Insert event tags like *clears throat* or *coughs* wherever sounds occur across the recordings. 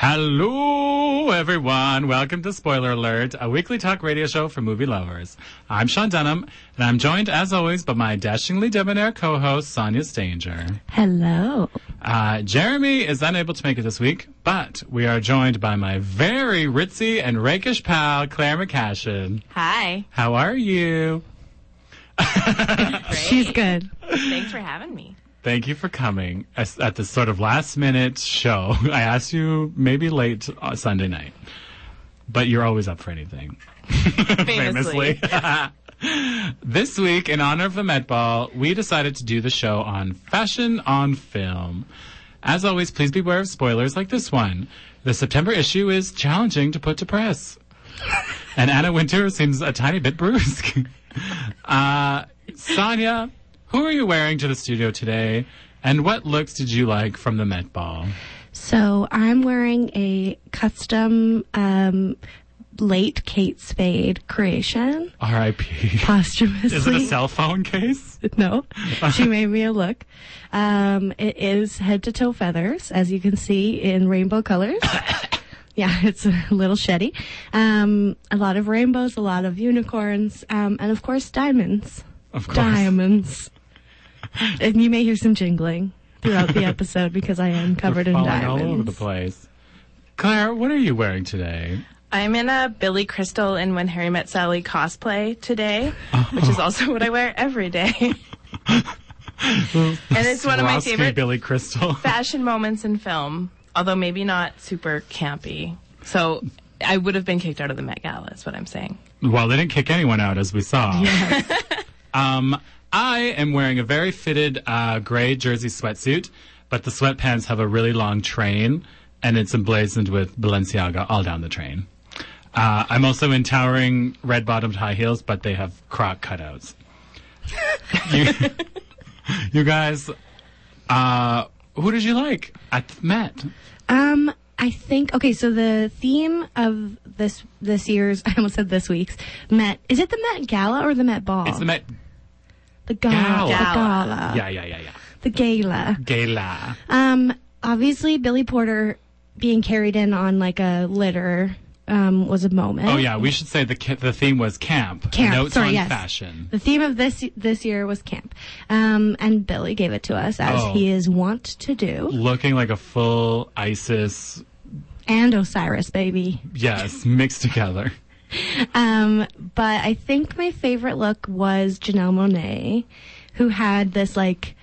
Hello, everyone. Welcome to Spoiler Alert, a weekly talk radio show for movie lovers. I'm Sean Dunham, and I'm joined, as always, by my dashingly debonair co-host, Sonia Stanger. Hello. Uh, Jeremy is unable to make it this week, but we are joined by my very ritzy and rakish pal, Claire McCashin. Hi. How are you? Great. She's good. Thanks for having me. Thank you for coming as- at this sort of last minute show. *laughs* I asked you maybe late uh, Sunday night, but you're always up for anything. Famously. *laughs* this week, in honor of the Met Ball, we decided to do the show on fashion on film. As always, please beware of spoilers like this one. The September issue is challenging to put to press. and Anna Winter seems a tiny bit brusque. *laughs* uh, Sonia, who are you wearing to the studio today? And what looks did you like from the Met Ball? So I'm wearing a custom um, late Kate Spade creation, R.I.P. *laughs* posthumously. *laughs* Is it a cell phone case? no, she made me a look. Um, it is head to toe feathers, as you can see in *coughs* rainbow colors. yeah, it's a little shitty. Um, a lot of rainbows, a lot of unicorns, um, and of course diamonds. Of course. diamonds. and you may hear some jingling throughout *laughs* the episode because I am covered in falling diamonds. all over the place. Claire, what are you wearing today? I'm in a Billy Crystal and When Harry Met Sally cosplay today, which is also what I wear *laughs* every day. and it's one of my Swarovski favorite Billy Crystal. fashion moments in film, although maybe not super campy. So I would have been kicked out of the Met Gala, is what I'm saying. well, they didn't kick anyone out, as we saw. *laughs* um, I am wearing a very fitted uh, gray jersey sweatsuit, but the sweatpants have a really long train, and it's emblazoned with Balenciaga all down the train. Uh, I'm also in towering red-bottomed high heels, but they have croc cutouts. you, *laughs* you guys, uh, who did you like at the Met? Um, I think okay. So the theme of this this year's *laughs* I almost said this week's Met is it the Met Gala or the Met Ball? It's the Met The gala. Gala. The gala. Yeah, yeah, yeah, yeah. The gala. Gala. Um, obviously Billy Porter being carried in on like a litter um was a moment. Oh yeah, we should say the ca- the theme was camp. Camp. Notes Sorry, on yes. fashion. The theme of this this year was camp, um, and Billy gave it to us as Oh. he is wont to do. Looking like a full ISIS, And Osiris, baby. yes, *laughs* mixed together. Um, but I think my favorite look was Janelle Monet, who had this like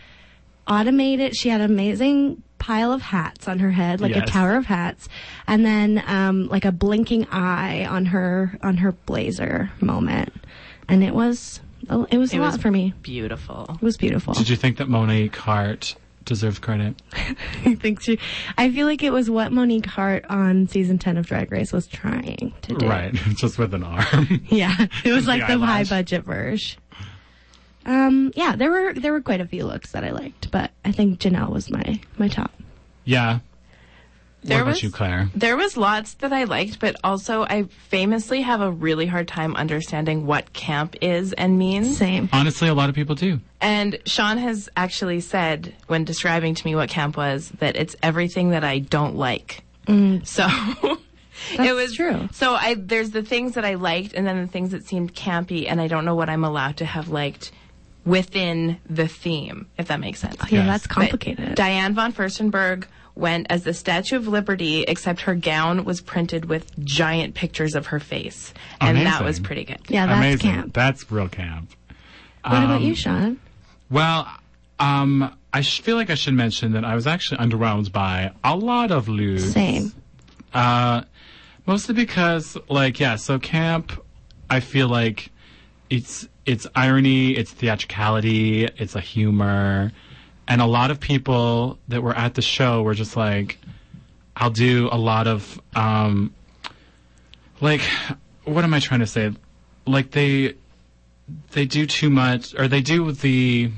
automated, she had an amazing pile of hats on her head, like Yes. a tower of hats, and then um, like a blinking eye on her on her blazer moment. And it was oh, it was a It lot was- for me. Beautiful. It was beautiful. Did you think that Monique Hart deserved credit? *laughs* I think she I feel like it was what Monique Hart on season ten of Drag Race was trying to do. Right, *laughs* just with an arm. *laughs* *laughs* Yeah, it was The like the high eyelash. budget version. Um, yeah, there were there were quite a few looks that I liked, but I think Janelle was my my top. yeah. There what about was- you, Claire? There was lots that I liked, but also I famously have a really hard time understanding what camp is and means. Same. Honestly, a lot of people do. And Sean has actually said, when describing to me what camp was, that it's everything that I don't like. So it Mm. *laughs* That's was true. So I there's the things that I liked, and then the things that seemed campy, and I don't know what I'm allowed to have liked within the theme, if that makes sense. Yeah, Yes. that's But complicated. Diane von Furstenberg went as the Statue of Liberty, except her gown was printed with giant pictures of her face, and that Amazing. was pretty good. yeah, that's Amazing. Um, camp. That's real camp. What about you, Sean? Well, um, I sh- feel like I should mention that I was actually underwhelmed by a lot of lewds. Same. Uh, mostly because, like, yeah, so camp, I feel like it's it's irony, it's theatricality, it's a humor, and a lot of people that were at the show were just like, I'll do a lot of um, like, what am I trying to say? Like they they do too much, or they do the.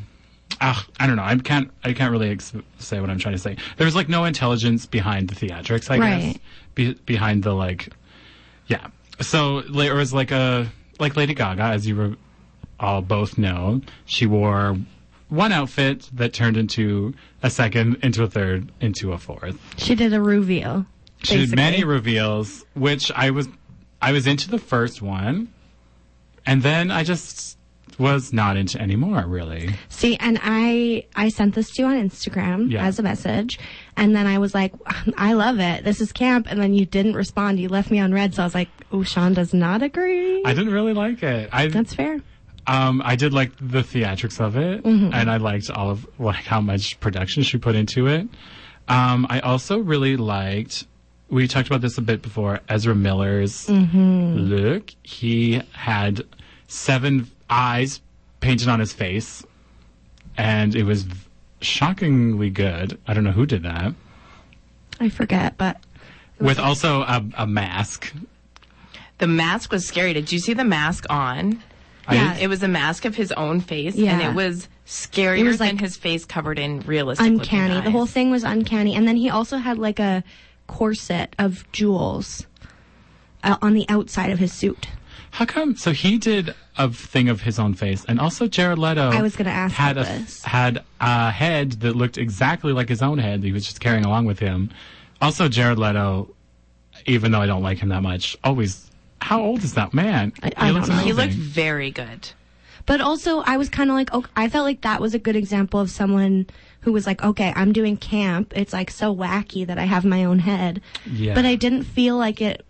ah, I don't know. I can't. I can't really ex- say what I'm trying to say. There's like no intelligence behind the theatrics. I guess Right. be- behind the like, yeah. So there was like a like Lady Gaga, as you were all both know, she wore one outfit that turned into a second, into a third, into a fourth. She did a reveal. She did many basically. reveals, which I was I was into the first one, and then I just was not into anymore. Really, See, and I I sent this to you on Instagram Yeah. as a message, and then I was like, I love it. This is camp. And then you didn't respond. You left me on red. So I was like, oh, Sean does not agree. I didn't really like it. I That's fair. um I did like the theatrics of it, and I liked all of like how much production she put into it. Um, I also really liked. We talked about this a bit before. Ezra Miller's look. He had seven eyes painted on his face, and it was v- shockingly good. I don't know who did that. I forget, but With also a, a mask. The mask was scary. Did you see the mask on? I- Yeah. It was a mask of his own face, and Yeah. it was scarier It was, than like, his face covered in realistic. uncanny. The whole thing was uncanny. And then he also had like a corset of jewels uh, on the outside of his suit. How come? So he did a thing of his own face, and also Jared Leto. I was gonna ask had a about this. had a head that looked exactly like his own head. That he was just carrying along with him. Also, Jared Leto, even though I don't like him that much, always. How old is that man? I- I looks don't know. He looked amazing. very good. But also, I was kind of like, okay, I felt like that was a good example of someone who was like, okay, I'm doing camp. It's like so wacky that I have my own head. Yeah. But I didn't feel like it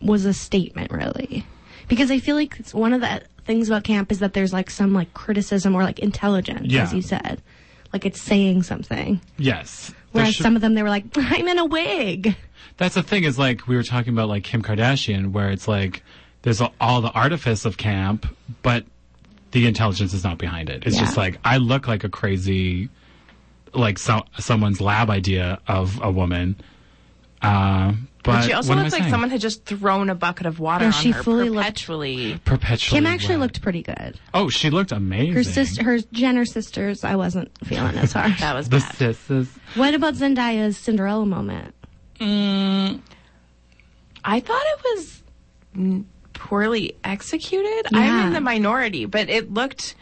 was a statement really. Because I feel like it's one of the things about camp is that there's like some like criticism or like intelligence, Yeah. as you said. Like it's saying something. Yes. There Whereas should- some of them, they were like, *laughs* I'm in a wig. that's the thing is like we were talking about like Kim Kardashian, where it's like there's a- all the artifice of camp, but the intelligence is not behind it. It's Yeah. just like I look like a crazy, like so, someone's lab idea of a woman. Uh, but she also what am looked I like saying? someone had just thrown a bucket of water Yeah, on she her fully looked- perpetually. perpetually. Kim actually wet. looked pretty good. Oh, she looked amazing. Her sister, her Jenner sisters, I wasn't feeling as hard. That was The bad. sisters. what about Zendaya's Cinderella moment? I thought it was mm, poorly executed. Yeah. I'm in the minority, but it looked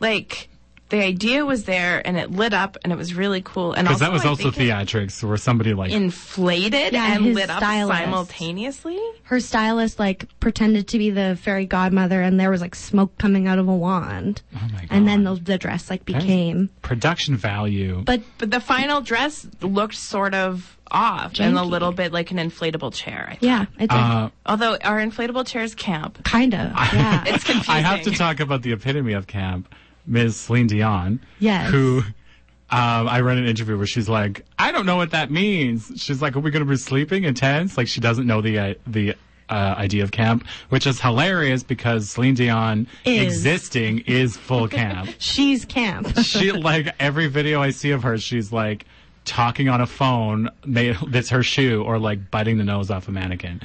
like the idea was there and it lit up and it was really cool. And Because that was I also think it theatrics, where somebody like inflated Yeah, and his lit up stylist. simultaneously. Her stylist like pretended to be the fairy godmother, and there was like smoke coming out of a wand. Oh my And then the, God. the dress like that is became. production value. But But the final dress looked sort of off and a Janky. little bit like an inflatable chair. I think. yeah, it's like, uh, Although our inflatable chairs camp. kind *laughs* of yeah. *laughs* It's confusing. I have to talk about the epitome of camp, Ms. Celine Dion. Yes. Who um, I read an interview where she's like, I don't know what that means. She's like, Are we going to be sleeping intense? Like she doesn't know the uh, the uh, idea of camp, which is hilarious because Celine Dion Is. existing is full *laughs* camp. She's camp. she like every video I see of her, she's like talking on a phone made, that's her shoe or like biting the nose off a mannequin.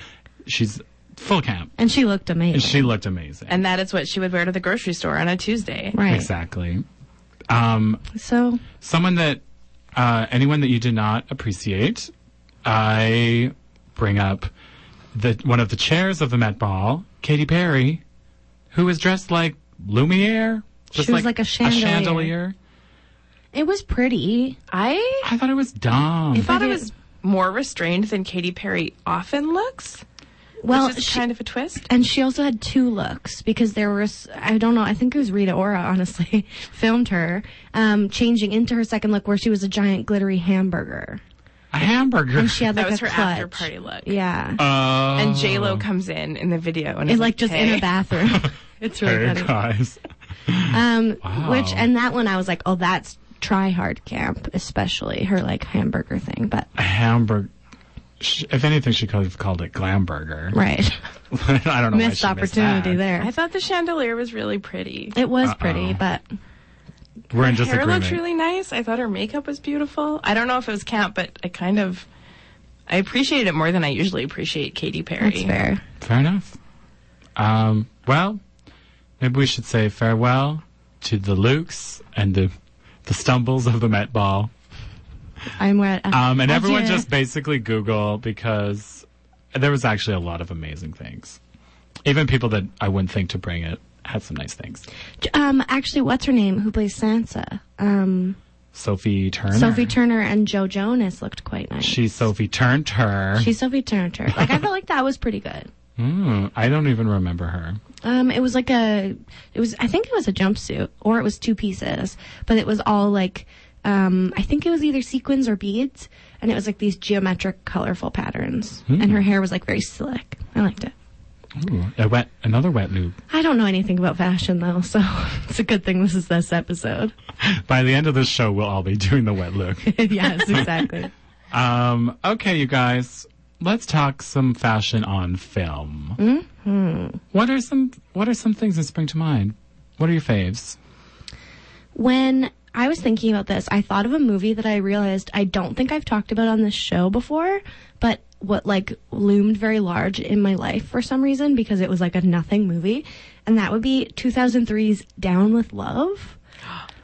She's full camp. and she looked amazing. And she looked amazing. And that is what she would wear to the grocery store on a Tuesday. right. Exactly. Um, So someone that uh, anyone that you did not appreciate, I bring up the one of the chairs of the Met Ball, Katy Perry, who is dressed like Lumiere, just She was like a chandelier. chandelier. it was pretty. I I thought it was dumb. thought it Maybe- was more restrained than Katy Perry often looks, Well, which is she- kind of a twist. And she also had two looks because there was, I don't know, I think it was Rita Ora, *laughs* honestly, filmed her um, changing into her second look where she was a giant glittery hamburger. a hamburger. She had That like was a her clutch. after party look. Yeah. *laughs* Oh. And J Lo comes in in the video, and it's is like just in "Hey." a bathroom. *laughs* it's really Hey, funny. guys. Um, Wow. Which, and that one I was like, oh, that's try hard camp, especially her like hamburger thing. *laughs* But, A hamburger. If anything, she could have called it glamburger. right. *laughs* I don't know. why Missed she missed opportunity that. there. I thought the chandelier was really pretty. it was Uh-oh. pretty, but We're in Hair disagreement. looked really nice. I thought her makeup was beautiful. I don't know if it was camp, but I kind of I appreciate it more than I usually appreciate Katy Perry. it's fair. Fair enough. Um, well, maybe we should say farewell to the Lukes and the the stumbles of the Met Ball. I'm where. uh, Um, and Adieu. everyone just basically Google because there was actually a lot of amazing things. Even people that I wouldn't think to bring it had some nice things. Um, actually, what's her name? Who plays Sansa? Um, Sophie Turner. Sophie Turner and Joe Jonas looked quite nice. She Sophie turned her. She's Sophie Turner. Like I felt like that was pretty good. Mm, I don't even remember her. Um, it was like a, it was I think it was a jumpsuit or it was two pieces, but it was all like, um, I think it was either sequins or beads, and it was like these geometric, colorful patterns, and her hair was like very slick. I liked it. Ooh, a wet, another wet loop. I don't know anything about fashion though, so *laughs* it's a good thing this is this episode. *laughs* By the end of this show, we'll all be doing the wet look. yes, exactly. um, okay, you guys, let's talk some fashion on film. Mm-hmm. What are some What are some things that spring to mind? What are your faves? when I was thinking about this, I thought of a movie that I realized I don't think I've talked about on this show before, but what like loomed very large in my life for some reason because it was like a nothing movie, and that would be 2003's Down with Love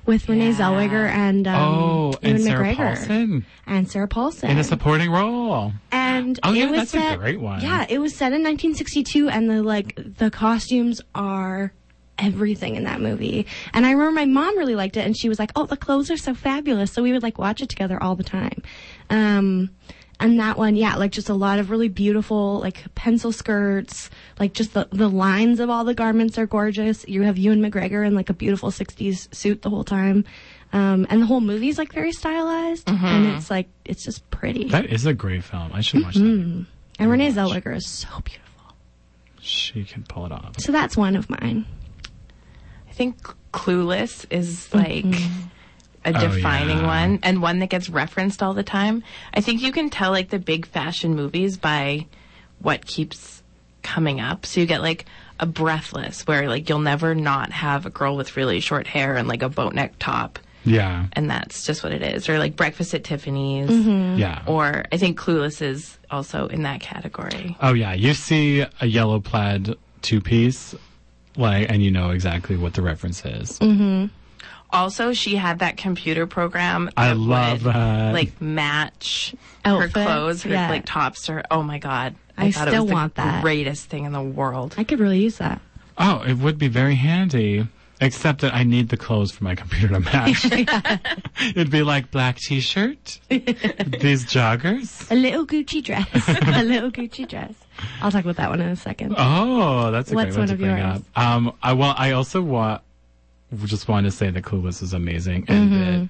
with Renee Zellweger and um, oh, and Ewan Sarah McGregor Paulson and Sarah Paulson in a supporting role. and Oh, it yeah, was that's a set, great one. Yeah, it was set in 1962, and the like the costumes are everything in that movie. And I remember my mom really liked it, and she was like, "Oh, the clothes are so fabulous!" So we would like watch it together all the time. Um, and that one, yeah, like just a lot of really beautiful like pencil skirts, like just the the lines of all the garments are gorgeous. You have Ewan McGregor in like a beautiful 60s suit the whole time. Um, and the whole movie's like very stylized, and it's like it's just pretty. Mm-hmm. That is a great film. I should watch that. And Renee Zellweger is so beautiful. She can pull it off. So that's one of mine. I think Clueless is like a defining yeah. one and one that gets referenced all the time. I think you can tell like the big fashion movies by what keeps coming up. So you get like a Breathless where like you'll never not have a girl with really short hair and like a boat neck top. Yeah, And that's just what it is. Or like Breakfast at Tiffany's. yeah. Or I think Clueless is also in that category. Oh yeah, you see a yellow plaid two piece, like, and you know exactly what the reference is. Also, she had that computer program. I that love would, that. Like match Outfits, her clothes, her yeah. like tops, her. Oh my god! I, I thought it still was the want that. greatest thing in the world. I could really use that. Oh, it would be very handy. Except that I need the clothes for my computer to *laughs* match. *laughs* It'd be like black t-shirt, these joggers. A little *laughs* Gucci dress. a little Gucci dress. I'll talk about that one in a second. Oh, that's a What's great one, one to of bring yours? up. Um, I well, I also want just want to say that Clueless is amazing and Mm-hmm. that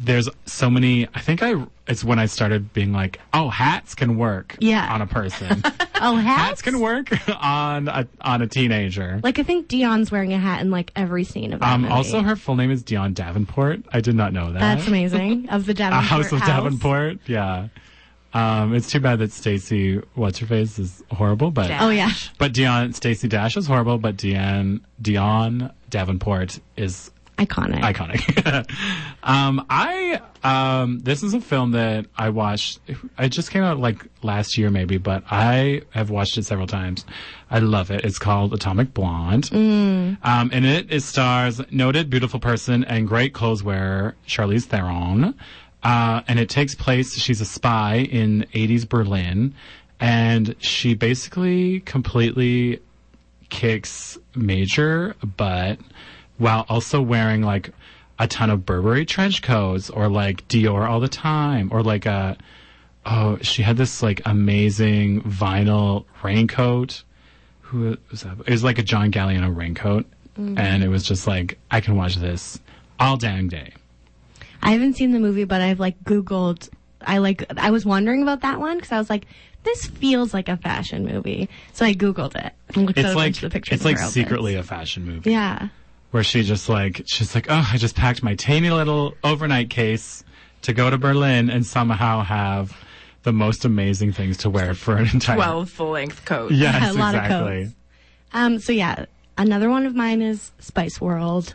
there's so many. I think I it's when I started being like, oh, hats can work Yeah. on a *laughs* person. Oh, hats? hats can work *laughs* on a on a teenager. Like, I think Dion's wearing a hat in, like, every scene of that Um, movie. also, her full name is Dion Davenport. I did not know that. That's amazing. Of *laughs* the A Davenport House of Davenport. Yeah. Um, it's too bad that Stacy, what's her face, is horrible, but Yeah. Oh, yeah. but Dion Stacy Dash is horrible, but Dion Dion Davenport is Iconic. iconic. *laughs* um, I um, this is a film that I watched. It just came out like last year, maybe, but I have watched it several times. I love it. It's called Atomic Blonde, um, and it, it stars noted beautiful person and great clothes wearer Charlize Theron. Uh, and it takes place. She's a spy in 80s Berlin, and she basically completely kicks major butt while also wearing like a ton of Burberry trench coats or like Dior all the time or like a oh she had this like amazing vinyl raincoat who was that it was like a John Galliano raincoat Mm-hmm. and it was just like I can watch this all dang day I haven't seen the movie, but I've, like, Googled. I, like, I was wondering about that one because I was like, this feels like a fashion movie. So I Googled it and looked it's at a like bunch of the pictures. it's of like her outfits. secretly a fashion movie Yeah. where she just like she's like, oh, I just packed my tiny little overnight case to go to Berlin and somehow have the most amazing things to wear for an entire. Twelve full length *laughs* coats. yes, a lot of exactly. coats. Um, so yeah, another one of mine is Spice World.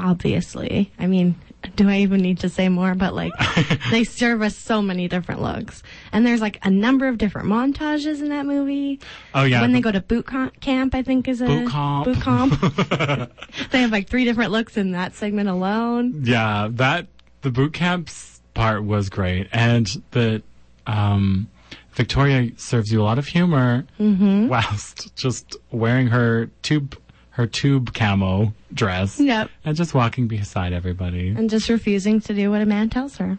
Obviously, I mean, do I even need to say more? *laughs* But like, they serve us so many different looks, and there's like a number of different montages in that movie. Oh yeah, when they go to boot com- camp, I think is a Boot camp. *laughs* Boot camp. *laughs* they have like three different looks in that segment alone. yeah, that the boot camps part was great, and the um, Mm-hmm. Victoria serves you a lot of humor whilst just wearing her tube her tube camo dress Yep. and just walking beside everybody. And just refusing to do what a man tells her.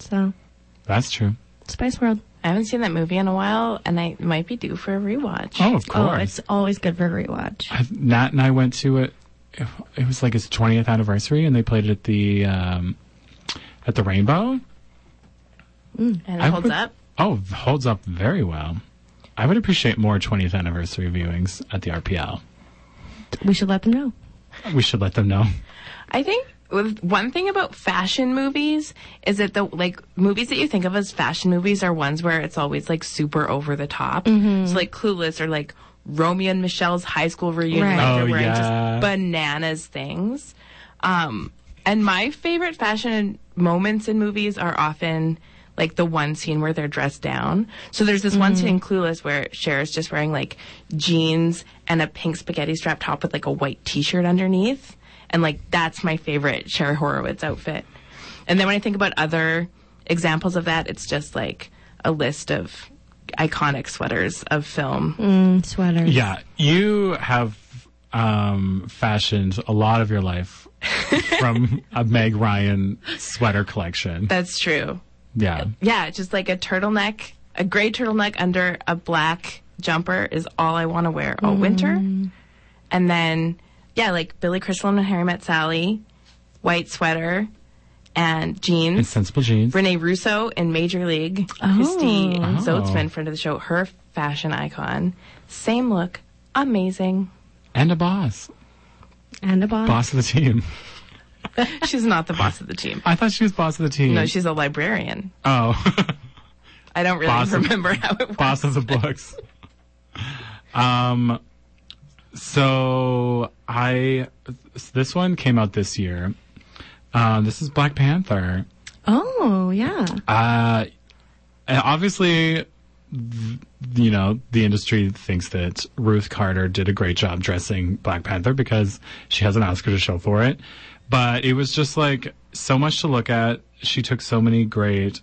So, That's true. Spice World. I haven't seen that movie in a while, and I might be due for a rewatch. Oh, of Oh, course. it's always good for a rewatch. I've- Nat and I went to it. It was like its 20th anniversary, and they played it at the um, at the Rainbow. and it I holds would- up. Oh, holds up very well. I would appreciate more 20th anniversary viewings at the RPL. We should let them know. We should let them know. I think with one thing about fashion movies is that the like movies that you think of as fashion movies are ones where it's always like super over the top. So like Clueless or like Romeo and Michelle's high school reunion. Right. Like, Oh, they're wearing yeah. just bananas things. Um, and my favorite fashion moments in movies are often like the one scene where they're dressed down. So there's this one scene in Clueless where Cher is just wearing like jeans and a pink spaghetti strap top with like a white t-shirt underneath. And like that's my favorite Cher Horowitz outfit. And then when I think about other examples of that, it's just like a list of iconic sweaters of film. Mm, sweaters. Yeah, you have um, fashioned a lot of your life *laughs* from a Meg Ryan sweater collection. That's true. Yeah, yeah, just like a turtleneck, a gray turtleneck under a black jumper is all I want to wear all winter. And then, yeah, like Billy Crystal and Harry Met Sally, white sweater and and jeans. sensible jeans. Renee Russo in Major League, Christy Oh. Zotzman, friend of the show, her fashion icon. Same look, amazing. and a boss, And a box. boss of the team. She's not the boss of the team. I thought she was boss of the team. No, she's a librarian. oh, *laughs* I don't really Boss of- remember how it works. boss of the books. Um, so I this one came out this year. Um, this is Black Panther. Oh, yeah. Uh, and obviously, th- you know, the industry thinks that Ruth Carter did a great job dressing Black Panther because she has an Oscar to show for it. But it was just like so much to look at. She took so many great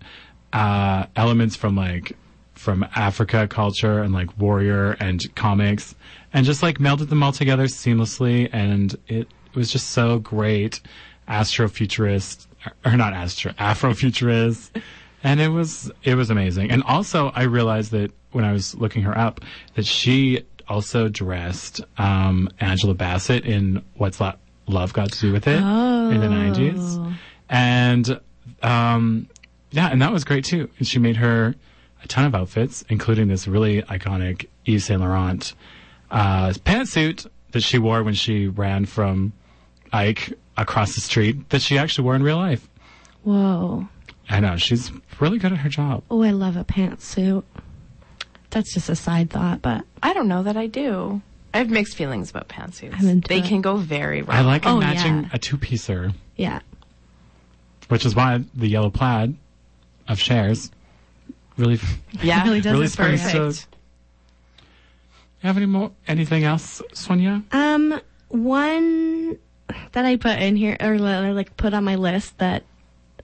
uh, elements from like from Africa culture and like warrior and comics and just like melded them all together seamlessly and it was just so great astrofuturist or not astro afrofuturist and it was it was amazing and also I realized that when I was looking her up that she also dressed um, Angela Bassett in What's Lo- Love Got to Do with It in the Oh. 90s and um, yeah, and that was great too. And she made her a ton of outfits, including this really iconic Yves Saint Laurent uh, pantsuit that she wore when she ran from Ike across the street that she actually wore in real life. Whoa. I know she's really good at her job. Oh, I love a pantsuit. That's just a side thought, but I don't know that I do. I have mixed feelings about pantsuits. I'm into they it. can go very wrong. I like Oh, matching yeah. a two-piecer, yeah. which is why the yellow plaid of Cher's really. Yeah, It really does Really it springs perfect. to- Have any more anything else, Sonia? Um, one that I put in here or, li- or like put on my list that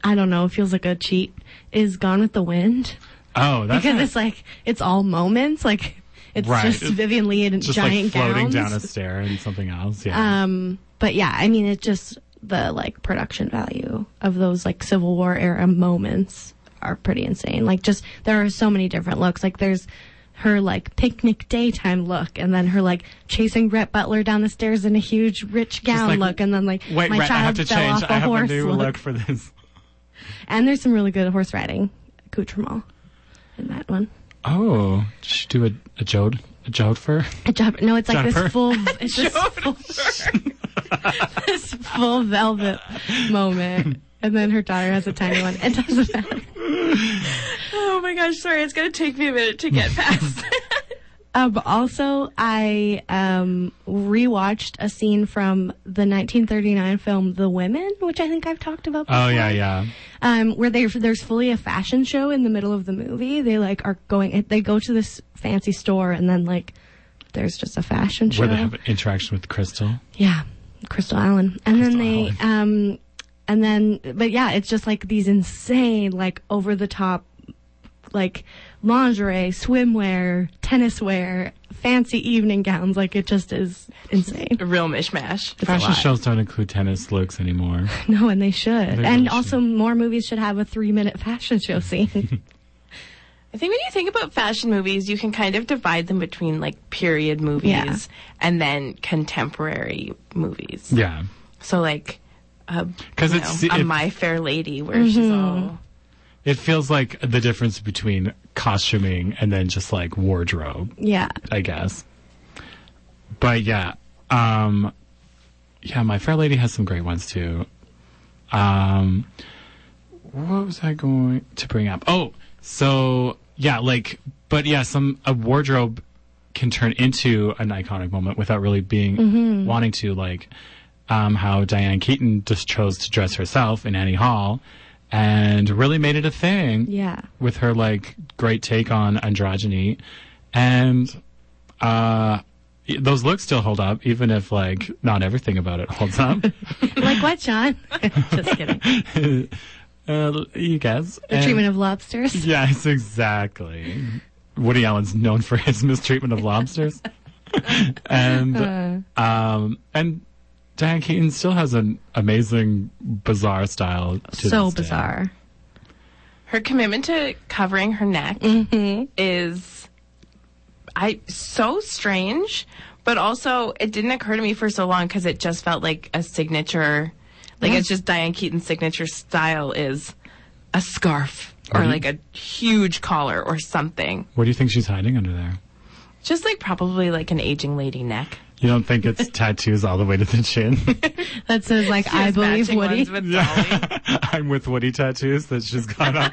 I don't know feels like a cheat is Gone with the Wind Oh, that's because not- it's like it's all moments like it's Right. just Vivian Lee in just like giant floating gowns. down a stair and something else. Yeah. um, but yeah, I mean it just the like production value of those like Civil War era moments are pretty insane. Like just there are so many different looks. Like there's her like picnic daytime look and then her like chasing Rhett Butler down the stairs in a huge rich gown like, look and then like Wait, Uh, my Rhett, I child have to fell change. off I have a horse new look. for this. And there's some really good horse riding accoutrement in that one. Oh, did she do a, a jode, a jode fur? A jumper. No, it's like Jumper. this full. It's this full, *laughs* this full velvet moment, and then her daughter has a tiny one. It doesn't matter. oh my gosh, sorry, it's gonna take me a minute *laughs* to get past. *laughs* Um, also, I um, rewatched a scene from the 1939 film *The Women*, which I think I've talked about. Before. Oh yeah, yeah. um, where they there's fully a fashion show in the middle of the movie. They like are going. They go to this fancy store, and then like there's just a fashion show. Where they have an interaction with Crystal. Yeah, Crystal Allen. And then they, Allen. um, and then, but yeah, it's just like these insane, like over the top like lingerie, swimwear, tennis wear, fancy evening gowns. Like it just is insane. A real mishmash. It's a Fashion lot. shows don't include tennis looks anymore. *laughs* No, and they should. They and really also, more movies should have a three-minute fashion *laughs* show scene. I think when you think about fashion movies, you can kind of divide them between like period movies Yeah. and then contemporary movies. yeah. So like, uh, 'Cause you it's- know, a it- My Fair Lady where she's Mm-hmm. all It feels like the difference between costuming and then just like wardrobe. yeah. I guess. But yeah, um, yeah, My Fair Lady has some great ones too. Um, what was I going to bring up? Oh, so yeah, like, but yeah, some a wardrobe can turn into an iconic moment without really being wanting to, like, um, how Diane Keaton just chose to dress herself in Annie Hall and really made it a thing Yeah. with her like great take on androgyny and uh y- those looks still hold up even if like not everything about it holds *laughs* up Like what, John? just kidding. The uh, you guess And- treatment of *laughs* lobsters. yes exactly woody allen's known for his *laughs* mistreatment of *laughs* lobsters and Uh. um and diane keaton still has an amazing bizarre style to so this day. bizarre. her commitment to covering her neck Mm-hmm. is I so strange, but also it didn't occur to me for so long because it just felt like a signature, like it's just Diane Keaton's signature style is a scarf or Mhm. like a huge collar or something, what do you think she's hiding under there just like probably like an aging lady neck. you don't think *laughs* it's tattoos all the way to the chin That says like I Just believe matching Woody. ones with Dolly. *laughs* I'm with Woody tattoos that she's got on.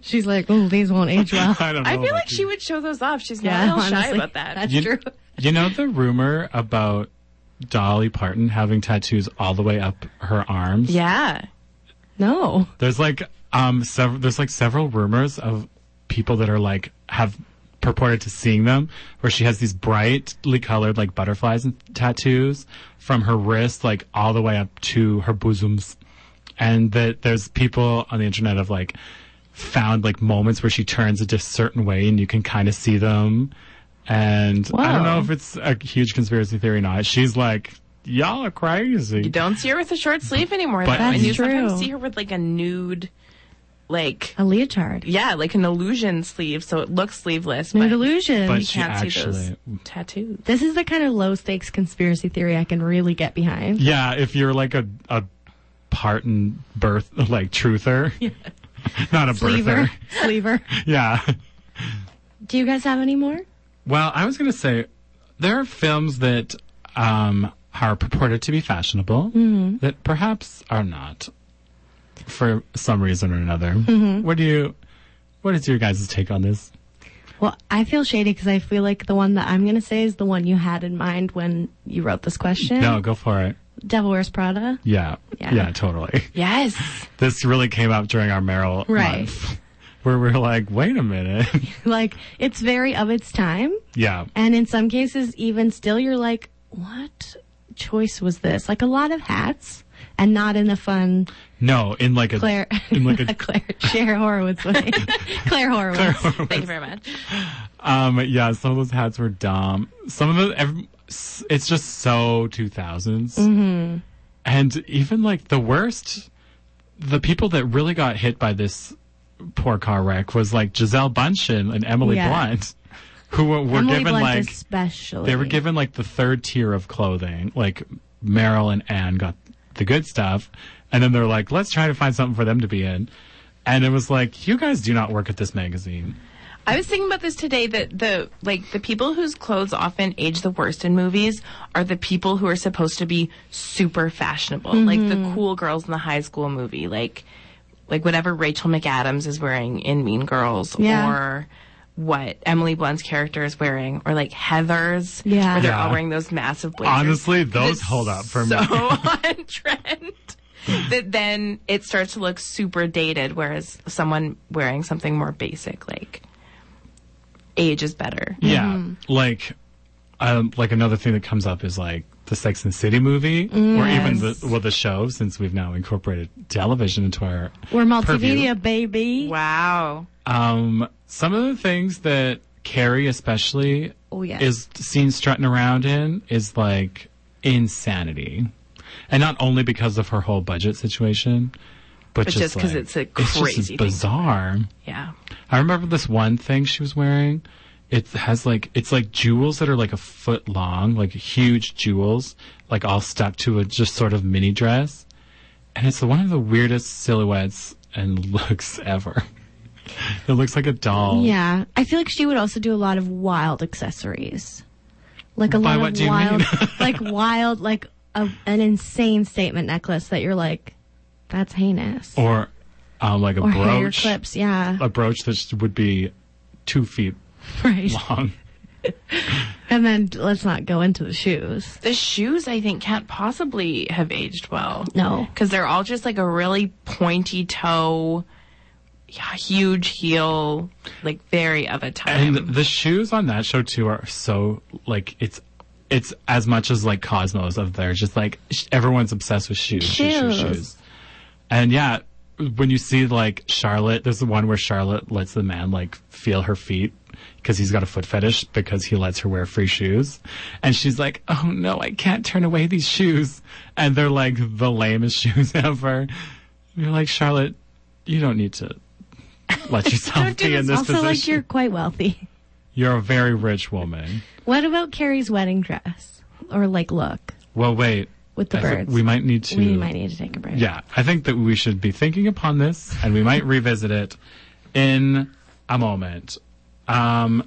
She's like, oh, these won't age well. *laughs* I don't know. I feel about like she you. would show those off. She's Yeah, not at all shy honestly, about that. that's You, true. you know the rumor about Dolly Parton having tattoos all the way up her arms. Yeah. No. There's like um several. There's like several rumors of people that are like have purported to seeing them where she has these brightly colored like butterflies and tattoos from her wrist like all the way up to her bosoms and that there's people on the internet have like found like moments where she turns a just certain way and you can kind of see them and i don't Wow. know if it's a huge conspiracy theory or not she's like y'all are crazy You don't see her with a short sleeve anymore, But- though. And That's you true. sometimes see her with like a nude, like A leotard. yeah, like an illusion sleeve, so it looks sleeveless. Nude but illusion. but you she can't see those actually tattoos. this is the kind of low stakes conspiracy theory I can really get behind. Yeah, if you're like a a part and birth like *laughs* truther, *laughs* not a Sleever. birther. *laughs* Sleever. Yeah. Do you guys have any more? Well, I was gonna say there are films that um, are purported to be fashionable Mm-hmm. that perhaps are not for some reason or another. Mm-hmm. What do you? What is your guys' take on this? Well, I feel shady because I feel like the one that I'm going to say is the one you had in mind when you wrote this question. No, go for it. Devil Wears Prada. *laughs* Yeah. Yeah. totally. *laughs* Yes, This really came up during our Merrill Right. month, *laughs* where we were like, "Wait a minute." *laughs* Like, it's very of its time. yeah. And in some cases, even still, you're like, what choice was this? Like, a lot of hats and not in the fun No, in like a Claire, in *laughs* like a not Claire, Cher *laughs* Horowitz way. Claire Horowitz. thank you very much. Um, yeah, some of those hats were dumb. Some of the, every, s- it's just so 2000s. Mm-hmm. And even like the worst, the people that really got hit by this poor car wreck was like Giselle Bundchen and Emily Yeah. Blunt, who were, were Emily given Blunt like, especially. they were given like the third tier of clothing. Like Meryl and Anne got the good stuff, and then they're like, let's try to find something for them to be in. And it was like, you guys do not work at this magazine. I was thinking about this today that the like the people whose clothes often age the worst in movies are the people who are supposed to be super fashionable, like Mm-hmm. the cool girls in the high school movie, like like whatever Rachel McAdams is wearing in Mean Girls, Yeah. or what Emily Blunt's character is wearing, or like Heather's, Yeah. where they're Yeah. all wearing those massive blazers. Honestly, those It's hold up for so *laughs* me. on trend. That then it starts to look super dated, whereas someone wearing something more basic, like age is better. Mm-hmm. Yeah, like, um, like another thing that comes up is like the Sex and the City movie, or even Mm. Yes. the well the show, since we've now incorporated television into our We're multimedia, purview. baby. Wow. Um, some of the things that Carrie, especially, Oh, yes. is seen strutting around in is like insanity, and not only because of her whole budget situation, but, But just 'cause like, it's a just crazy thing. bizarre. Yeah. I remember this one thing she was wearing. It has like it's like jewels that are like a foot long, like huge jewels, like all stuck to a just sort of mini dress, and it's one of the weirdest silhouettes and *laughs* looks ever. it looks like a doll. Yeah, I feel like she would also do a lot of wild accessories, like a By lot what of do you *laughs* wild, mean? like wild, like a, an insane statement necklace that you're like, that's heinous, Or um, like a Or hair brooch, clips, yeah, a brooch that would be two feet *laughs* right. long. And then let's not go into the shoes. The shoes, I think, can't possibly have aged well. No. Because they're all just like a really pointy toe, yeah, huge heel, like very of a time. And the shoes on that show too are so like it's it's as much as like Cosmos up there. Just like sh- everyone's obsessed with shoes, shoes, shoes, Shoes. shoes. And yeah, when you see like Charlotte, there's the one where Charlotte lets the man like feel her feet because he's got a foot fetish because he lets her wear free shoes, and she's like, "Oh no, I can't turn away these shoes," and they're like the lamest *laughs* shoes ever. You're like Charlotte, you don't need to. Let yourself do be in this this. also, position. like you're quite wealthy. You're a very rich woman. What about Carrie's wedding dress or like look Well, wait. with the I think birds? we might need to. We might need to take a break. Yeah, I think that we should be thinking upon this, and we might revisit it in a moment. Um,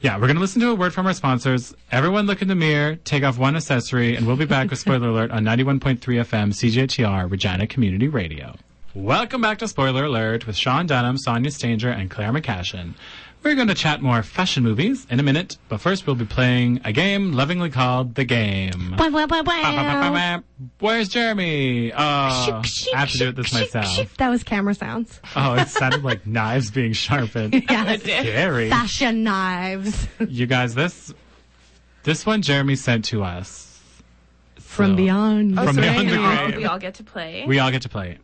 yeah, we're gonna listen to a word from our sponsors. Everyone, look in the mirror, take off one accessory, and we'll be back with spoiler alert on 91.3 FM CJTR Regina Community Radio. Welcome back to Spoiler Alert with Sean Dunham, Sonia Stanger, and Claire McCashin. We're going to chat more fashion movies in a minute, but first we'll be playing a game lovingly called The Game. Wow, wow, wow, wow. Where's Jeremy? Oh, I have to do it this myself. That was camera sounds. Oh, it sounded like knives being *laughs* sharpened. Yeah. Jerry, Fashion knives you guys, this this one Jeremy sent to us. from So, beyond. From so beyond we, the can all, grave. we all get to play. We all get to play. it.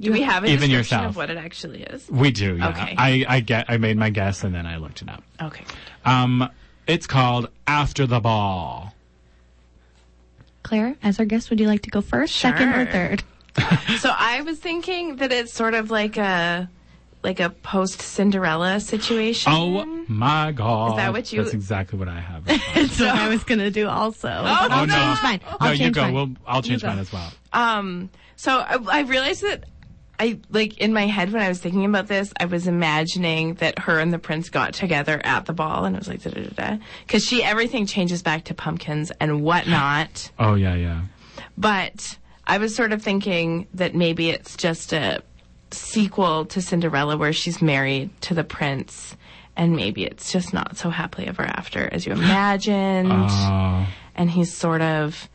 Do we have a Even description yourself. of what it actually is? We do. Yeah. Okay. I I get. I made my guess and then I looked it up. Okay. Um, it's called After the Ball. Claire, as our guest, would you like to go first, second, or Sure. third? *laughs* So I was thinking that it's sort of like a like a post Cinderella situation. Oh my God! that what you- That's exactly what I have. That's what I was gonna do also. Oh, I'll no. change mine. I'll no, change you go. mine. We'll, I'll change go. mine as well. Um, so I, I realized that I like in my head when I was thinking about this, I was imagining that her and the prince got together at the ball, and I was like da da da da, because she everything changes back to pumpkins and whatnot. Oh yeah, yeah. But I was sort of thinking that maybe it's just a sequel to Cinderella where she's married to the prince. And maybe it's just not so happily ever after *laughs* as you imagined Oh. and he's sort of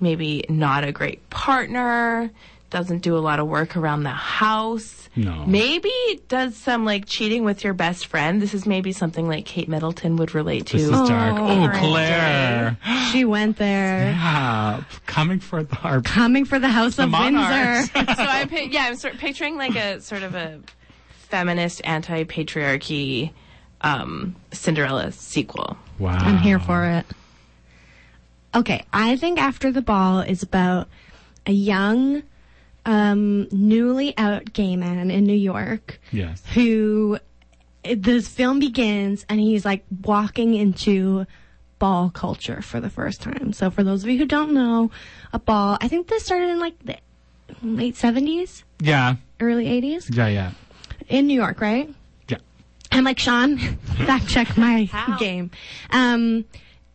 maybe not a great partner, doesn't do a lot of work around the house. No. Maybe does some like cheating with your best friend. This is maybe something like Kate Middleton would relate to. This is dark. Oh, Oh, Claire. She went there, Ah, coming for the harp. coming for the House of monarchs. Windsor. so I'm pi- yeah, I'm sort picturing like a sort of a feminist anti-patriarchy um, Cinderella sequel. Wow. I'm here for it. Okay, I think After the Ball is about a young, um, newly out gay man in New York Yes. who the film begins and he's like walking into ball culture for the first time. So for those of you who don't know, a ball, I think this started in like the late 70s, Yeah. early 80s Yeah, yeah. in New York, right? Yeah. I'm like Sean, fact check my game. Um,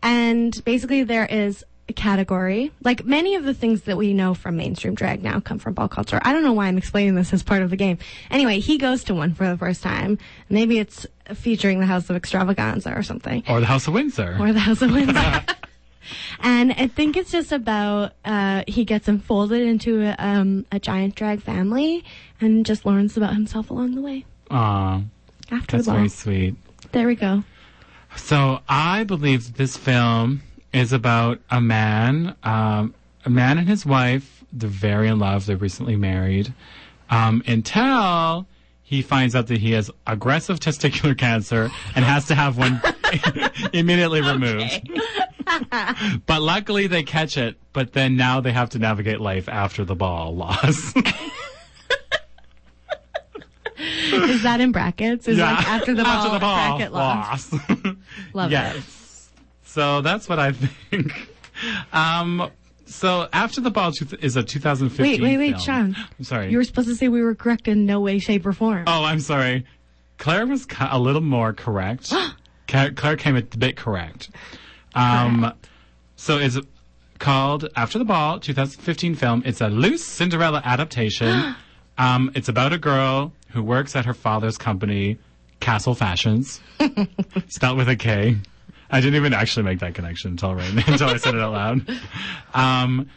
and basically, there is a category like many of the things that we know from mainstream drag now come from ball culture. I don't know why I'm explaining this as part of the game. Anyway, he goes to one for the first time. Maybe it's featuring the House of Extravaganza or something Or the House of Windsor. or the House of Windsor. and I think it's just about uh, he gets enfolded into a, um, a giant drag family and just learns about himself along the way. Aw, After Uh, that's the ball, very sweet. there we go. So I believe that this film is about a man, um, a man and his wife. They're very in love. They're recently married. Um, until he finds out that he has aggressive testicular cancer and has to have one *laughs* immediately removed. *laughs* but luckily they catch it, but then now they have to navigate life after the ball loss. *laughs* Is that in brackets? Is like after the *laughs* ball, After the ball bracket lost. loss. *laughs* Love it. yes. So that's what I think. Um, so after the ball tooth- is a 2015. Wait, wait, wait, film. Sean. I'm sorry. You were supposed to say we were correct in no way, shape, or form. oh, I'm sorry. Claire was ca- a little more *gasps* correct. Ca- Claire came a bit correct. Um, So it's called After the Ball, 2015 film. It's a loose Cinderella *gasps* adaptation. um, it's about a girl who works at her father's company, Castle Fashions, spelled with a K. I didn't even actually make that connection until right *laughs* until I said it out loud. Um,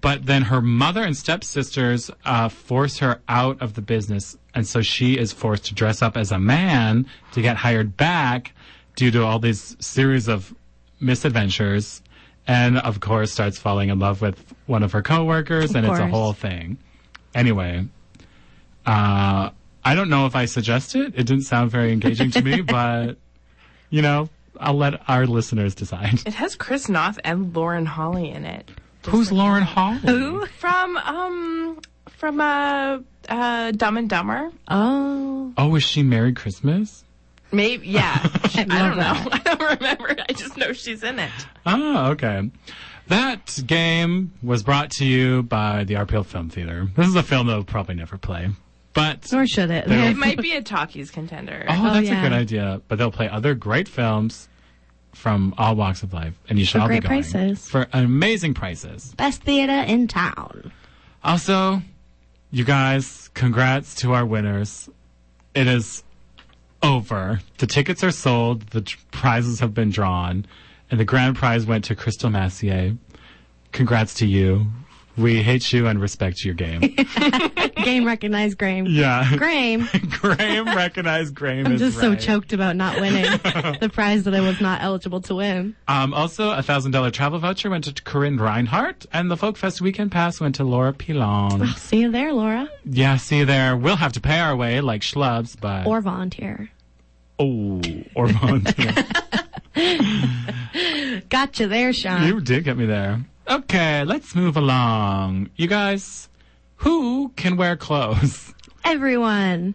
but then her mother and stepsisters uh, force her out of the business, and so she is forced to dress up as a man to get hired back due to all these series of misadventures, and of course starts falling in love with one of her coworkers, Of and it's a course. whole thing. Anyway, uh, I don't know if I suggest it. It didn't sound very engaging to *laughs* me, but you know, I'll let our listeners *laughs* decide. It has Chris Noth and Lauren Holly in it. Who's Lauren Hall? From um from uh uh Dumb and Dumber. Oh, Oh, is she Merry Christmas? Maybe *laughs* yeah. I, love don't know. *laughs* I don't remember. I just know she's in it. Oh, okay. That game was brought to you by the RPL Film Theater. This is a film they'll probably never play, but nor should it. There- It might be a talkies contender. oh, oh, that's yeah. a good idea. But they'll play other great films from all walks of life, and you shall great be going prices. for amazing prices. Best theater in *laughs* town. Also, you guys, congrats to our winners. It is over. The tickets are sold, the tr- prizes have been drawn, and the grand prize went to Crystal Massier. Congrats to you. We hate you and respect your *laughs* game. Game recognized Graham. yeah. Graham. *laughs* Graham recognized Graham I'm is just so right. choked about *laughs* not winning the prize that I was not eligible to win. Um, also, a thousand dollar travel voucher went to Corinne Reinhardt, and the Folk Fest weekend pass went to Laura *laughs* Pilon. See you there, Laura. yeah, see there. We'll have to pay our way like schlubs, but Or volunteer. oh, or *laughs* *laughs* volunteer. Got you there, Sean. You did get me there. Okay, let's move along. You guys, who can wear clothes? *laughs* Everyone.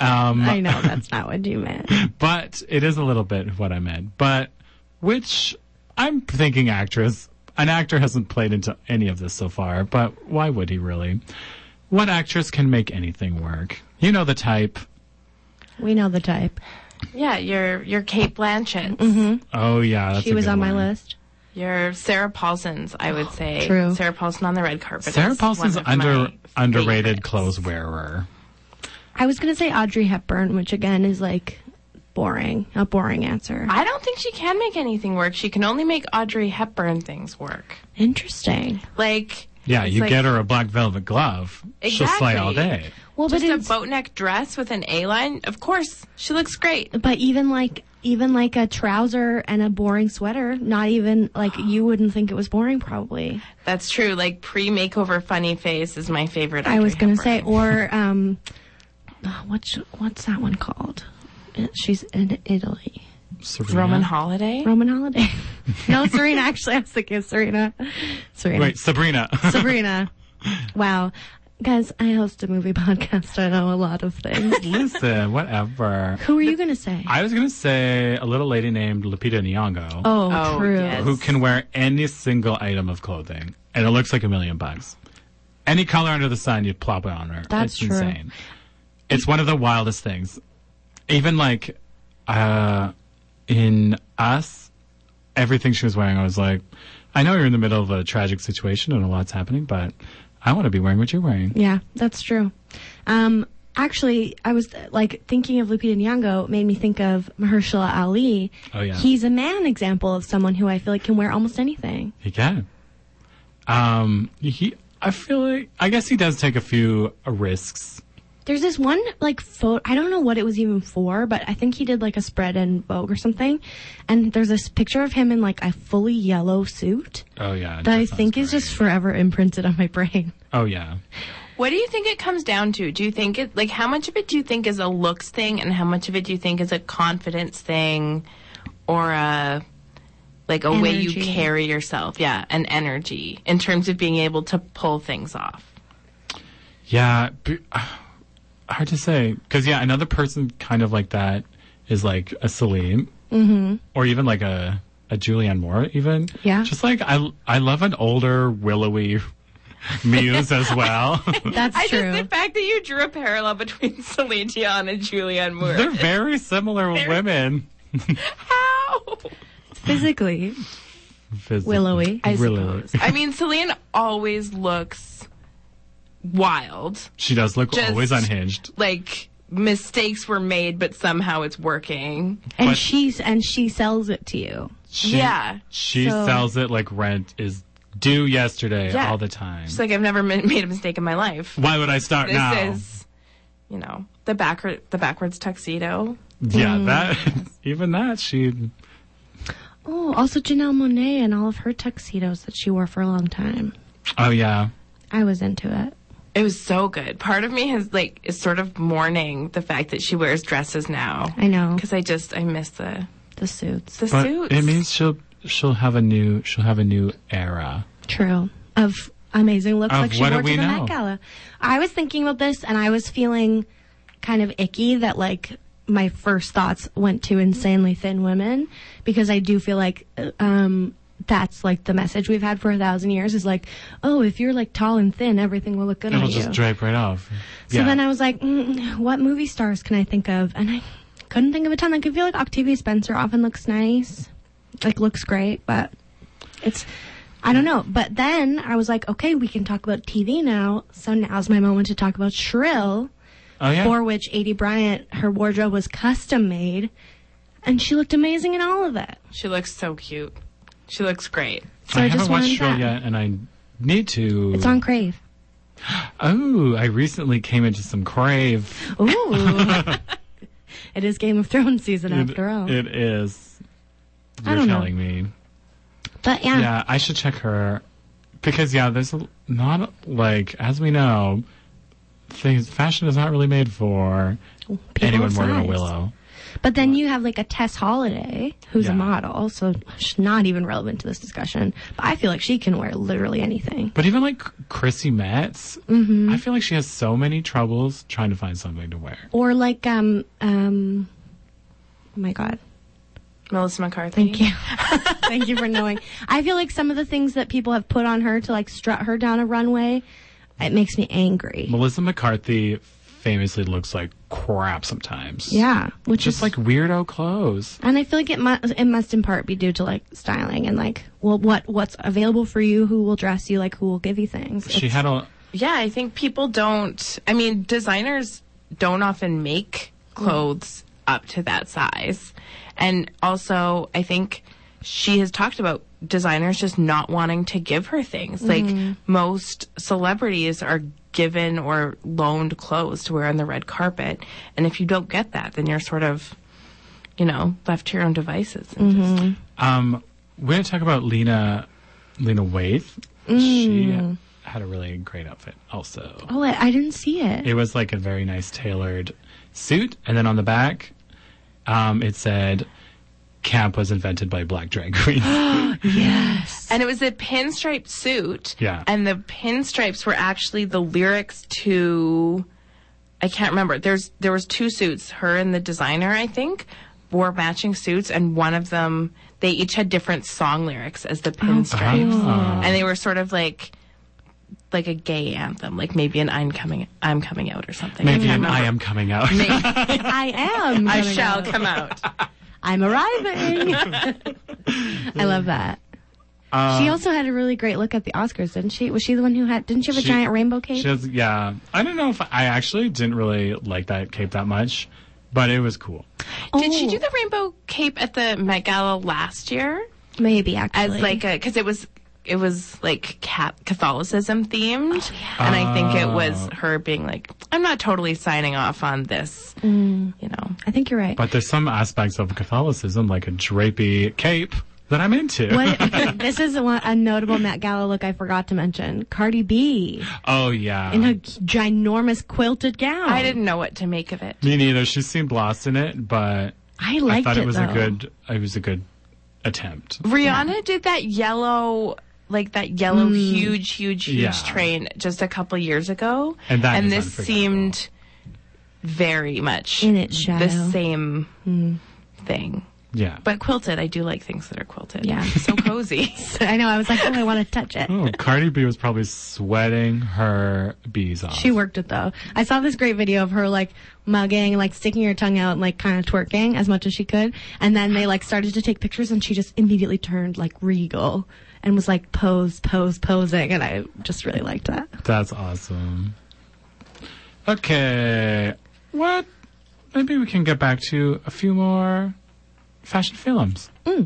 Um, I *laughs* know that's not what you meant. but it is a little bit what I meant. But which I'm thinking actress. An actor hasn't played into any of this so far, but why would he really? What actress can make anything work? You know the type. We know the type. Yeah, your your Kate Blanchett. Oh yeah, that's She a was good on my one. list. Your Sarah Paulson's, I *gasps* would say. True. Sarah Paulson on the red carpet. is Sarah Paulson's one of my under underrated favorites. clothes wearer. I was gonna say Audrey Hepburn, which again is like boring, a boring answer. I don't think she can make anything work. She can only make Audrey Hepburn things work. Interesting. Like Yeah, it's you like get her a black velvet glove. She'll slay all Exactly. day. Well, just but a it's, boat neck dress with an A line. Of course, she looks great. but even like even like a trouser and a boring sweater, not even like you wouldn't think it was boring probably. That's true. Like pre makeover funny face is my favorite. I was Audrey gonna Hepburn. say, or um, oh, what's what's that one called? Uh, She's in Italy. Serena? Roman Holiday. Roman Holiday. *laughs* no, Serena. Actually, I was thinking of Serena. Serena. Wait, Sabrina. Sabrina. Wow, guys, I host a movie *laughs* podcast. I know a lot of *laughs* things. Listen, whatever. Who are you gonna say? I was gonna say a little lady named Lupita Nyong'o oh, Oh, true. yes. who can wear any single item of clothing, and it looks like a million bucks. Any color under the sun, you plop it on her. That's it's true. insane. It's one of the wildest things. Even like uh, in Us, everything she was wearing, I was like, I know you're in the middle of a tragic situation and a lot's happening, but I want to be wearing what you're wearing. Yeah, that's true. Um, actually, I was like thinking of Lupita Nyong'o made me think of Mahershala Ali. Oh, yeah. He's a man example of someone who I feel like can wear almost anything. He can. Um, he, I feel like, I guess he does take a few uh, risks There's this one like photo. I don't know what it was even for, but I think he did like a spread in Vogue or something. And there's this picture of him in like a fully yellow suit Oh yeah. that I sounds think is great. just forever imprinted on my brain. Oh yeah. What do you think it comes down to? Do you think it like how much of it do you think is a looks thing and how much of it do you think is a confidence thing or a like a way you Energy. carry yourself? Yeah, an energy in terms of being able to pull things off. Yeah, b- uh, hard to say. Because yeah, another person kind of like that is like a Salim, mm-hmm. or even like a a Julianne Moore, even. Yeah. Just like I, I love an older willowy *laughs* muse as *laughs* well. That's I true. just the fact that you drew a parallel between *laughs* Celine Dion and Julianne They're Moore. very similar women. *laughs* how? Physically, Physically. Willowy. I Willowy. I mean, Celine always looks wild. She does look Just- always unhinged. Like mistakes were made, but somehow it's working. and But- she's and she sells it to you. She, Yeah. She So- sells it like rent is due yesterday Yeah. all the time. She's like, I've never ma- made a mistake in my life. Why would I start This now? is, you know, the backward, the backwards tuxedo. yeah, Mm. that *laughs* even that she Oh, also Janelle Monet and all of her tuxedos that she wore for a long time. Oh yeah. I was into it. It was so good. Part of me has like is sort of mourning the fact that she wears dresses now I know because I just I miss the the suits. the But suits. it means she'll she'll have a new she'll have a new era. True. Of amazing looks Of like she what do wore to we the know? Met Gala. I was thinking about this and I was feeling kind of icky that like my first thoughts went to insanely thin women because I do feel like uh, um that's like the message we've had for a thousand years is like, oh, if you're like tall and thin, everything will look good It'll on just you. drape right off. so then I was like, mm, what movie stars can I think of? And I couldn't think of a ton. Like I feel like Octavia Spencer often looks nice, like looks great, but it's I don't know. But then I was like, okay, we can talk about TV now. So now's my moment to talk about Shrill, oh yeah. for which Adie Bryant, her wardrobe was custom made, and she looked amazing in all of it. she looks so cute. She looks great. So I, I haven't just watched wanted Shrill that. yet, and I need to. It's on Crave. Oh, I recently came into some crave. Ooh. *laughs* it is Game of Thrones season after It- all. it is. I You're don't know. telling me. but yeah, Yeah, I should check her because yeah, there's a, not like as we know, things fashion is not really made for people anyone more than a size. willow. But then you have like a Tess Holiday, who's Yeah. a model, so she's not even relevant to this discussion. But I feel like she can wear literally anything. But even like Chrissy Metz, Mm-hmm. I feel like she has so many troubles trying to find something to wear. Or like um um oh *laughs* my god. Melissa McCarthy. Thank you. Thank you for knowing. I feel like some of the things that people have put on her to like strut her down a runway, it makes me angry. Melissa McCarthy famously looks like crap sometimes. Yeah, which Just is like weirdo clothes. and I feel like it must it must in part be due to like styling and like well what what's available for you, who will dress you, like who will give you things. She had a Yeah, I think people don't. I mean, designers don't often make clothes up to that size. And also, I think she has talked about designers just not wanting to give her things. Mm-hmm. Like, most celebrities are given or loaned clothes to wear on the red carpet. And if you don't get that, then you're sort of, you know, left to your own devices. And Mm-hmm. just- um we're gonna talk about Lena Lena Waithe. Mm. She had a really great outfit also. oh, I, I didn't see it. It was like a very nice tailored suit, and then on the back, um, it said Camp was invented by black drag *gasps* queens. *gasps* yes. And it was a pinstripe suit. Yeah. And the pinstripes were actually the lyrics to I can't remember. There's there was two suits, her and the designer, I think, wore matching suits and one of them they each had different song lyrics as the Oh, pinstripes. Ah. And they were sort of like like a gay anthem, like maybe an I'm coming I'm coming out or something. Maybe I, can't an I remember. am coming out. *laughs* I am. I coming shall out. come out. I'm arriving. I love that. Um, she also had a really great look at the Oscars, didn't she? Was she the one who had? Didn't she have a She- giant rainbow cape? She has, yeah. I don't know if I actually didn't really like that cape that much, but it was cool. Did she Oh. do the rainbow cape at the Met Gala last year? Maybe actually. as like a because it was it was like cat Catholicism themed, and I think it was Oh. her being like, "I'm not totally signing off on this," Mm. you know. I think you're right. But there's some aspects of Catholicism, like a drapey cape, that I'm into. What, okay, this is one, a notable Met Gala look I forgot to mention. Cardi B *laughs* oh yeah. in a ginormous quilted gown. I didn't know what to make of it. Me neither. She seemed lost in it, but I I liked thought it, it was though. a good. It was a good attempt. Rihanna did that yellow, like that yellow, Mm. huge, huge, huge Yeah. train just a couple years ago, And that is this unforgettable. seemed very much In its the shadow. Mm. same thing. Yeah. But quilted, I do like things that are quilted. Yeah. so *laughs* cozy. *laughs* *laughs* I know. I was like, oh, I want to *laughs* touch it. oh, Cardi B was probably sweating her bees off. She worked it though. I saw this great video of her like mugging, like sticking her tongue out and like kind of twerking as much as she could. And then they like started to take pictures and she just immediately turned like regal and was like pose, pose, posing. And I just really liked that. That's awesome. Okay. What? Maybe we can get back to a few more fashion films. I'm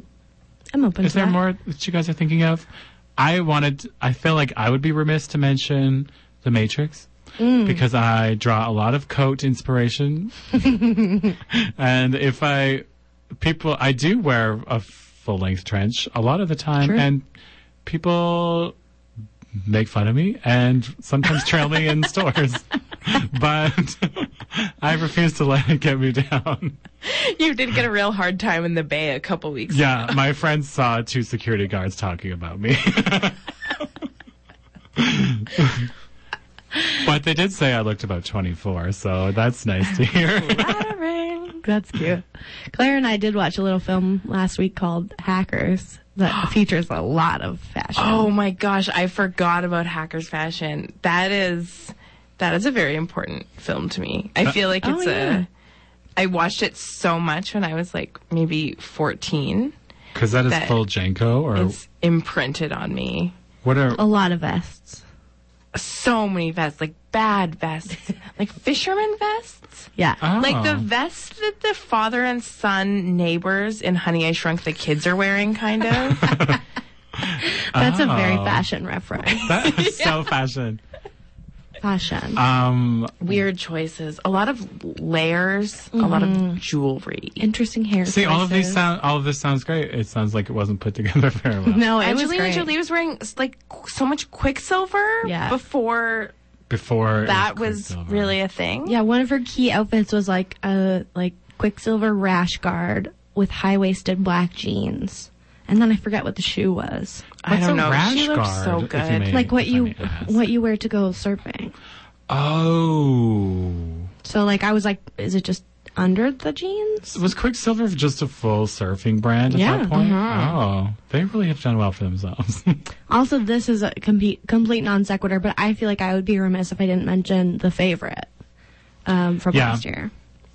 open Is to there that. more that you guys are thinking of? I wanted. I feel like I would be remiss to mention The Matrix Mm. because I draw a lot of coat *laughs* inspiration, and if I people, I do wear a full length trench a lot of the time, Sure. and people make fun of me and sometimes trail me *laughs* in stores, but *laughs* I refuse to let it get me down. you did get a real hard time in the bay a couple weeks ago. Yeah, my friends saw two security guards talking about me. *laughs* but they did say I looked about 24, so that's nice to hear. That's cute. Claire and I did watch a little film last week called Hackers *gasps* that features a lot of fashion. Oh my gosh, I forgot about hackers fashion. That is that is a very important film to me. I feel like oh, it's yeah. a I watched it so much when I was like maybe 14. Because that is That- full Janko, or It's imprinted on me. what are. A lot of vests. So many vests, like bad vests, like fisherman vests. Yeah. Oh. Like the vest that the father and son neighbors in Honey I Shrunk the Kids are wearing kind of. That's a very Oh. fashion reference. *laughs* That is so fashion. Fashion. Um, Weird choices, a lot of layers, a lot of jewelry. Interesting hair. see, all of these choices. sound, all of this sounds great. It sounds like it wasn't put together *laughs* very well. No, it was Angelina great. Jolie was wearing s- like qu- so much Quicksilver Yeah. before Before it that was Quicksilver. really a thing. Yeah, one of her key outfits was like a like Quicksilver rash guard with high waisted black jeans. And then I forget what the shoe was. I What's don't a know. rash she looked so guard, if you may- good. Like what if I you may ask. what you wear to go surfing. Oh. So like I was like, is it just under the jeans? Was Quicksilver just a full surfing brand at Yeah, that point? Oh, they really have done well for themselves. *laughs* Also, this is a complete complete non sequitur, but I feel like I would be remiss if I didn't mention the favorite um, from Yeah. last year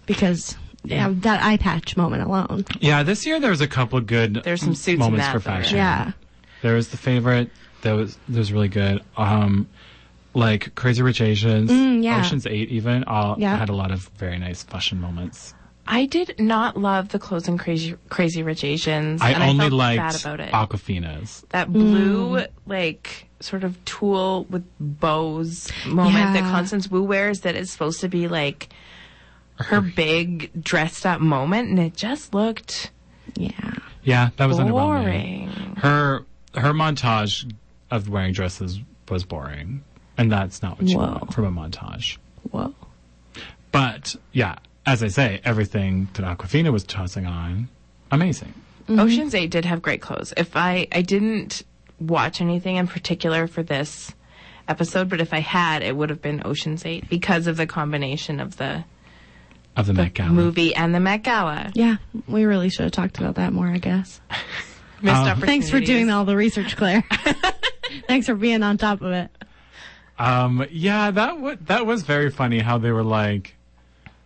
because yeah, that eye patch moment alone. yeah, this year there was a couple good There's some suits in moments that, for though, right? fashion. Yeah, There was the favorite that was that was really good. Um, like Crazy Rich Asians, Mm, yeah. Ocean's Eight, even all Yeah. had a lot of very nice fashion moments. I did not love the clothes in Crazy Crazy Rich Asians. I and only I felt liked bad about it. Mm. Aquafina's. that blue like sort of tulle with bows moment Yeah. that Constance Wu wears that is supposed to be like *laughs* her big dressed up moment, and it just looked yeah. Yeah, that was underwhelming. boring. Her her montage of wearing dresses was boring, and that's not what you Whoa. want from a montage. Whoa. But yeah, as I say, everything that Aquafina was tossing on, amazing. Ocean's Eight did have great clothes. If I I didn't watch anything in particular for this episode, but if I had, it would have been Ocean's Eight because of the combination of the Of the Met Gala. movie and the Met Gala. Yeah, we really should have talked about that more, I guess. Missed Um, opportunities. Thanks for doing all the research, *laughs* Claire. Thanks for being on top of it. Um, yeah, that wa that was very funny how they were like,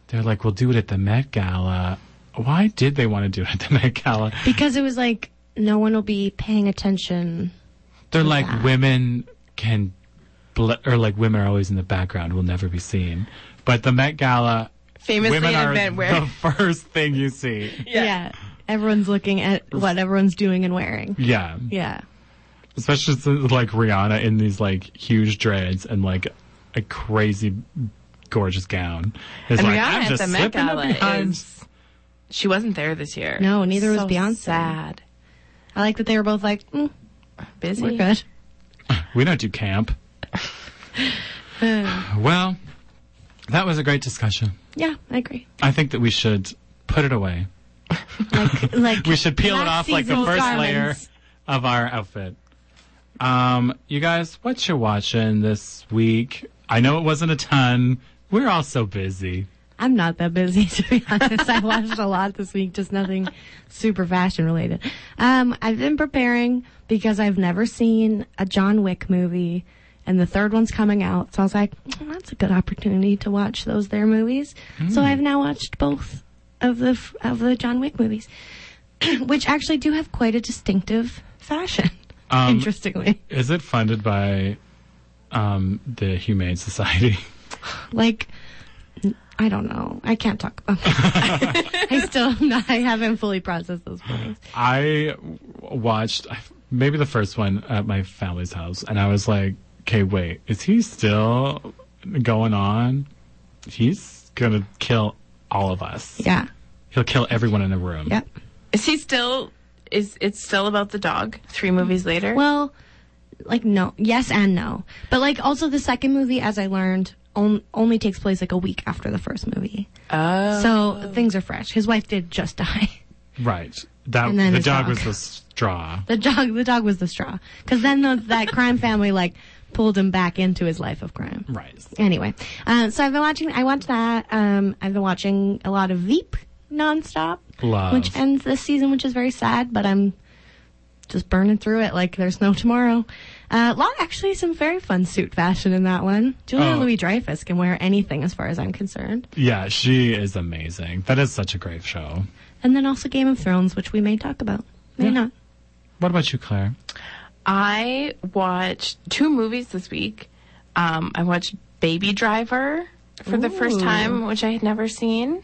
they're like, we'll do it at the Met Gala. Why did they want to do it at the Met Gala? Because it was like, no one will be paying attention. They're like, Yeah. women can, bl- or like women are always in the background, will never be seen. But the Met Gala, Famously women an are event where- the *laughs* first thing you see. Yeah. Everyone's looking at what everyone's doing and wearing. Yeah. Yeah. especially since, like Rihanna in these like huge dreads and like a crazy gorgeous gown. It's And like Rihanna I'm at just the Met slipping up Gala behind. is- She wasn't there this year. No, neither was So Beyonce. Sad. I like that they were both like, mm, Busy. we're good. We don't do camp. well, that was a great discussion. Yeah, I agree. I think that we should put it away. Like, like We should peel it off like the seasonal first layer garments. of our outfit. Um, you guys, what you watching this week? I know it wasn't a ton. We're all so busy. I'm not that busy *laughs* to be honest. I watched a lot this week, just nothing super fashion related. Um, I've been preparing because I've never seen a John Wick movie, and the third one's coming out. So I was like, "Mm, that's a good opportunity to watch those their movies. So I've now watched both of the f- of the John Wick movies, *clears throat* which actually do have quite a distinctive fashion. Um, interestingly, Is it funded by um, the Humane Society? *laughs* like I don't know. I can't talk about. That. *laughs* I still am not, I haven't fully processed those feelings. I w- watched I- maybe the first one at my family's house, and I was like, "Okay, wait, is he still going on? He's gonna kill all of us. Yeah. He'll kill everyone in the room." Yep. Is he still? Is it's still about the dog? Three movies later. Well, like no, yes and no, but like also the second movie, as I learned, on, only takes place like a week after the first movie, oh. so things are fresh. His wife did just *laughs* die. Right. That And then the his dog, dog. was the straw. The dog, the dog was the straw, because then the, that crime family like pulled him back into his life of crime. Right. Anyway, uh, so I've been watching. I watched that. Um, I've been watching a lot of Veep nonstop, Love. which ends this season, which is very sad. But I'm just burning through it like there's no tomorrow. Uh, lot actually some very fun suit fashion in that one. Julia Oh. Louis Dreyfus can wear anything as far as I'm concerned. Yeah, she is amazing. That is such a great show. And then also Game of Thrones, which we may talk about, may Yeah. *laughs* not. What about you, Claire? I watched two movies this week. Um, I watched Baby Driver for the first time, which I had never seen,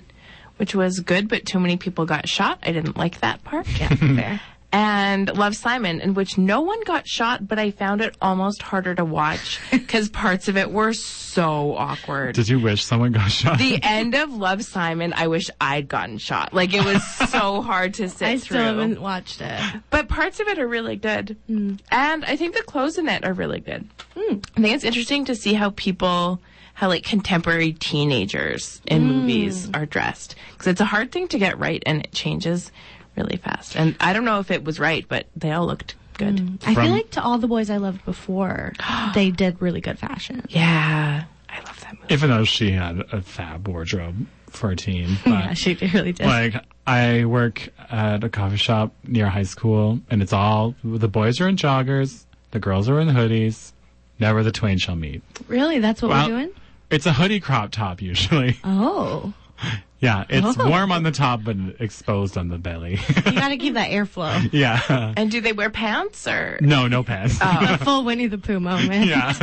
which was good, but too many people got shot. I didn't like that part. Yeah, fair. *laughs* and Love Simon, in which no one got shot, but I found it almost harder *laughs* to watch because parts of it were so awkward. Did you wish someone got shot? the end of Love Simon, I wish I'd gotten shot. Like it *laughs* was so hard to sit I through. still haven't watched it. But parts of it are really good. Hmm. And I think the clothes in it are really good. I think it's interesting to see how people, how like contemporary teenagers Hmm. in movies are dressed. Because it's a hard thing to get right and it changes really fast. And I don't know if it was right, but they all looked good. I From- feel like to all the boys I *gasps* loved before, they did really good fashion. Yeah. I love that *laughs* movie. Even though she had a fab wardrobe for a teen. But *laughs* Yeah, she really did. like I work at a coffee shop near high school and it's all the boys are in joggers, the girls are in hoodies. Never the twain shall meet. Really, that's what Well- we're doing. It's a hoodie crop top usually. Oh, *laughs* yeah, it's Oh. warm on the top but exposed on the belly. *laughs* you got to keep that airflow. yeah. And do they wear pants or? *laughs* No, no pants. the full Winnie the Pooh moment. *laughs* Yeah.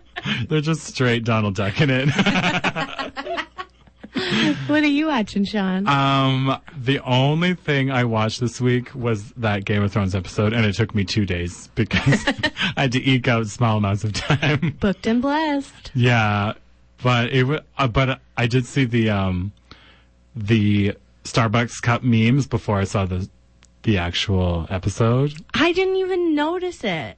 *laughs* They're just straight Donald Duck in it. *laughs* What are you watching, Sean? Um, the only thing I watched this week was that Game of Thrones episode, and it took me two days because *laughs* I had to eke out small amounts of time. Booked and blessed. yeah, but it wa- uh, but I did see the um the Starbucks cup memes before I saw the the actual episode. I didn't even notice it.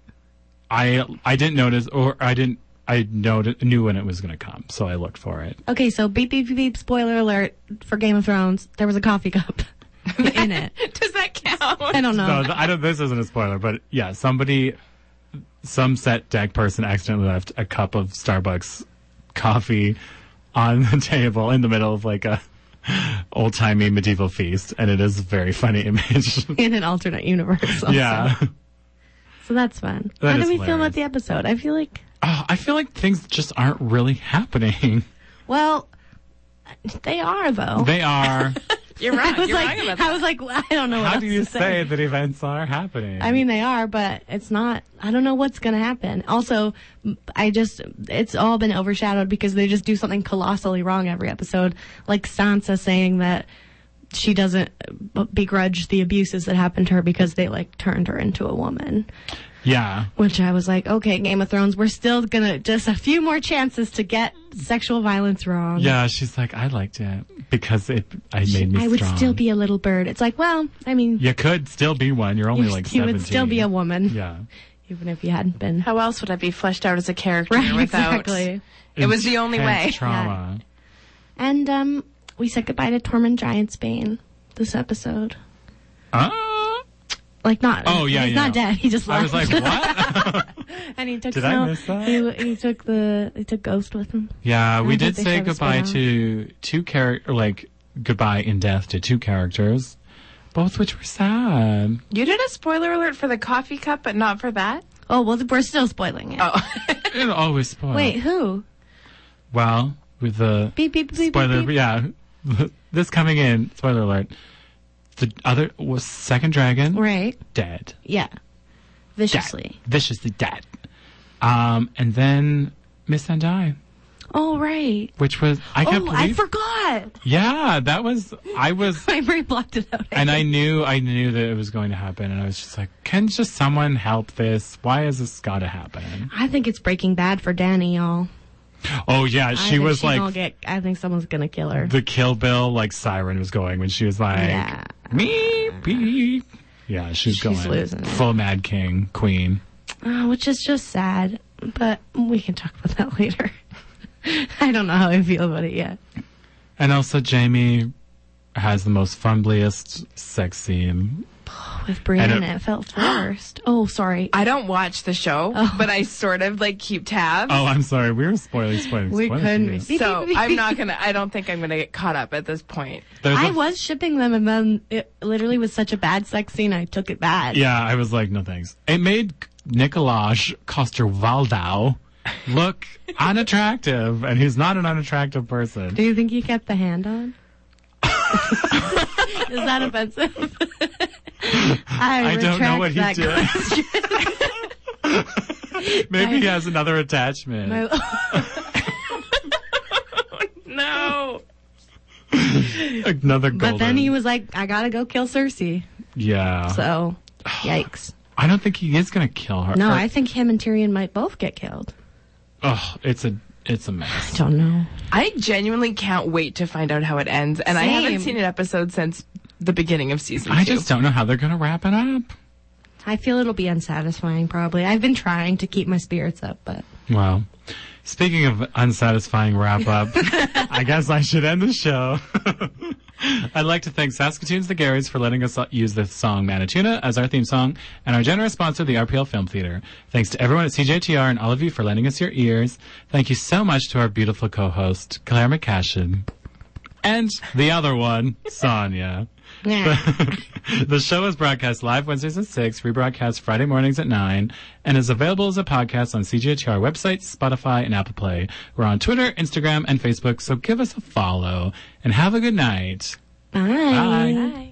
I I didn't notice, or I didn't I noted, knew when it was going to come, so I looked for it. Okay, so beep beep beep beep. Spoiler alert for Game of Thrones. There was a coffee cup *laughs* in it. Does that I *laughs* count? don't know. No, th- I don't. This isn't a spoiler, but yeah, somebody, some set deck person accidentally left a cup of Starbucks coffee on the *laughs* table in the middle of like a *laughs* old timey medieval feast, and it is a very funny *laughs* image. in an alternate universe. Also. yeah, So that's fun. That How do is we feel hilarious. about the episode? I feel like, oh, I feel like things just aren't really happening. *laughs* well, they are though. They *laughs* are. You're wrong. I was You're like, wrong about I was like, I don't know. What How else do you to say. say that events are happening? I mean, they are, but it's not. I don't know what's going to happen. Also, m- I just, it's all been overshadowed because they just do something colossally wrong every episode. Like Sansa saying that she doesn't uh, b- begrudge the abuses that happened to her because they, like, turned her into a woman. Yeah. which I was like, okay, Game of Thrones, we're still gonna just a few more chances to get sexual violence wrong. Yeah, she's like, I liked it because it I made me I would strong. still be a little bird. It's like, well, I mean, You could still be one. You're only you, like you seventeen. would still be a woman, Yeah. even if you hadn't been. How else would I be fleshed out as a character Right, *laughs* without? exactly. It was the only Intense way. Trauma. And um, we said goodbye to Tormund Giantsbane this episode. Ah. Like not. Oh, yeah, he's yeah. not dead. He just I left. was like, *laughs* what? and he took. Did I Snow, miss that? He, he took the he took Ghost with him. Yeah, we don't did think they say showed us goodbye right to two character, like goodbye in death to two characters, both which were sad. You did a spoiler alert for the coffee cup, but not for that. Oh well, we're still spoiling it. Oh, *laughs* It always spoils. Wait, who? Well, with the Beep beep beep. spoiler, beep, beep. yeah, *laughs* this coming in. Spoiler alert. The other was second dragon Right. dead, Yeah. dead, Viciously. viciously dead. Um, and then Miss Sendai, Oh right. which was I can't Oh, believe. I forgot. *laughs* yeah, that was I was My brain blocked it out. and I knew I knew that it was going to happen, and I was just like, "Can just someone help this? Why has this got to *gasps* happen?" I think it's Breaking Bad for Danny, y'all. Oh yeah, I she think was she's gonna like get, I think someone's gonna kill her. the Kill Bill like siren was going when she was like, Yeah. "Me, me." Yeah, she's, She's going losing it. full Mad King Queen. Uh, which is just sad, but we can talk about that *laughs* later. I don't know how I feel about it yet. And also, Jamie has the most fumbliest sex scene. With Brienne, And it- it, felt forced. *gasps* oh, sorry. I don't watch the show, but I sort of like keep tabs. Oh, I'm sorry, we were spoiling, spoiling, We spoiling. couldn't here. be- *laughs* So I'm not gonna. I don't think I'm gonna get caught up at this point. There's I a- was shipping them, and then it literally was such a bad sex scene. I took it bad. Yeah, I was like, no thanks. It made Nicolaj Coster Waldau *laughs* look unattractive, and he's not an unattractive person. Do you think you kept the *laughs* hand on? is *laughs* that offensive? I, I don't know retract what he that did. Maybe he has another attachment. *laughs* No. another golden. *laughs* But then he was like, I gotta go kill Cersei. Yeah. *sighs* So, yikes. I don't think he is going to kill her. No, Or- I think him and Tyrion might both get killed. Ugh, it's a it's a mess. Don't know. I genuinely can't wait to find out how it ends, and I haven't Same. seen an episode since the beginning of season two. I just don't know how they're going to wrap it up. I feel it'll be unsatisfying, probably. I've been trying to keep my spirits up, but Well, speaking of unsatisfying wrap up, I guess I should end the show. I'd like to thank Saskatoon's The Garys for letting us use the song Manituna as our theme song and our generous sponsor, the RPL Film Theater. Thanks to everyone at CJTR and all of you for lending us your ears. Thank you so much to our beautiful co-host, Claire McCashin. And the other one, Sonia. *laughs* yeah. the show is broadcast live Wednesdays at 6, rebroadcast Friday mornings at 9, and is available as a podcast on CGHR website, Spotify, and Apple Play. We're on Twitter, Instagram, and Facebook, so give us a follow and have a good night. Bye. Bye. Bye.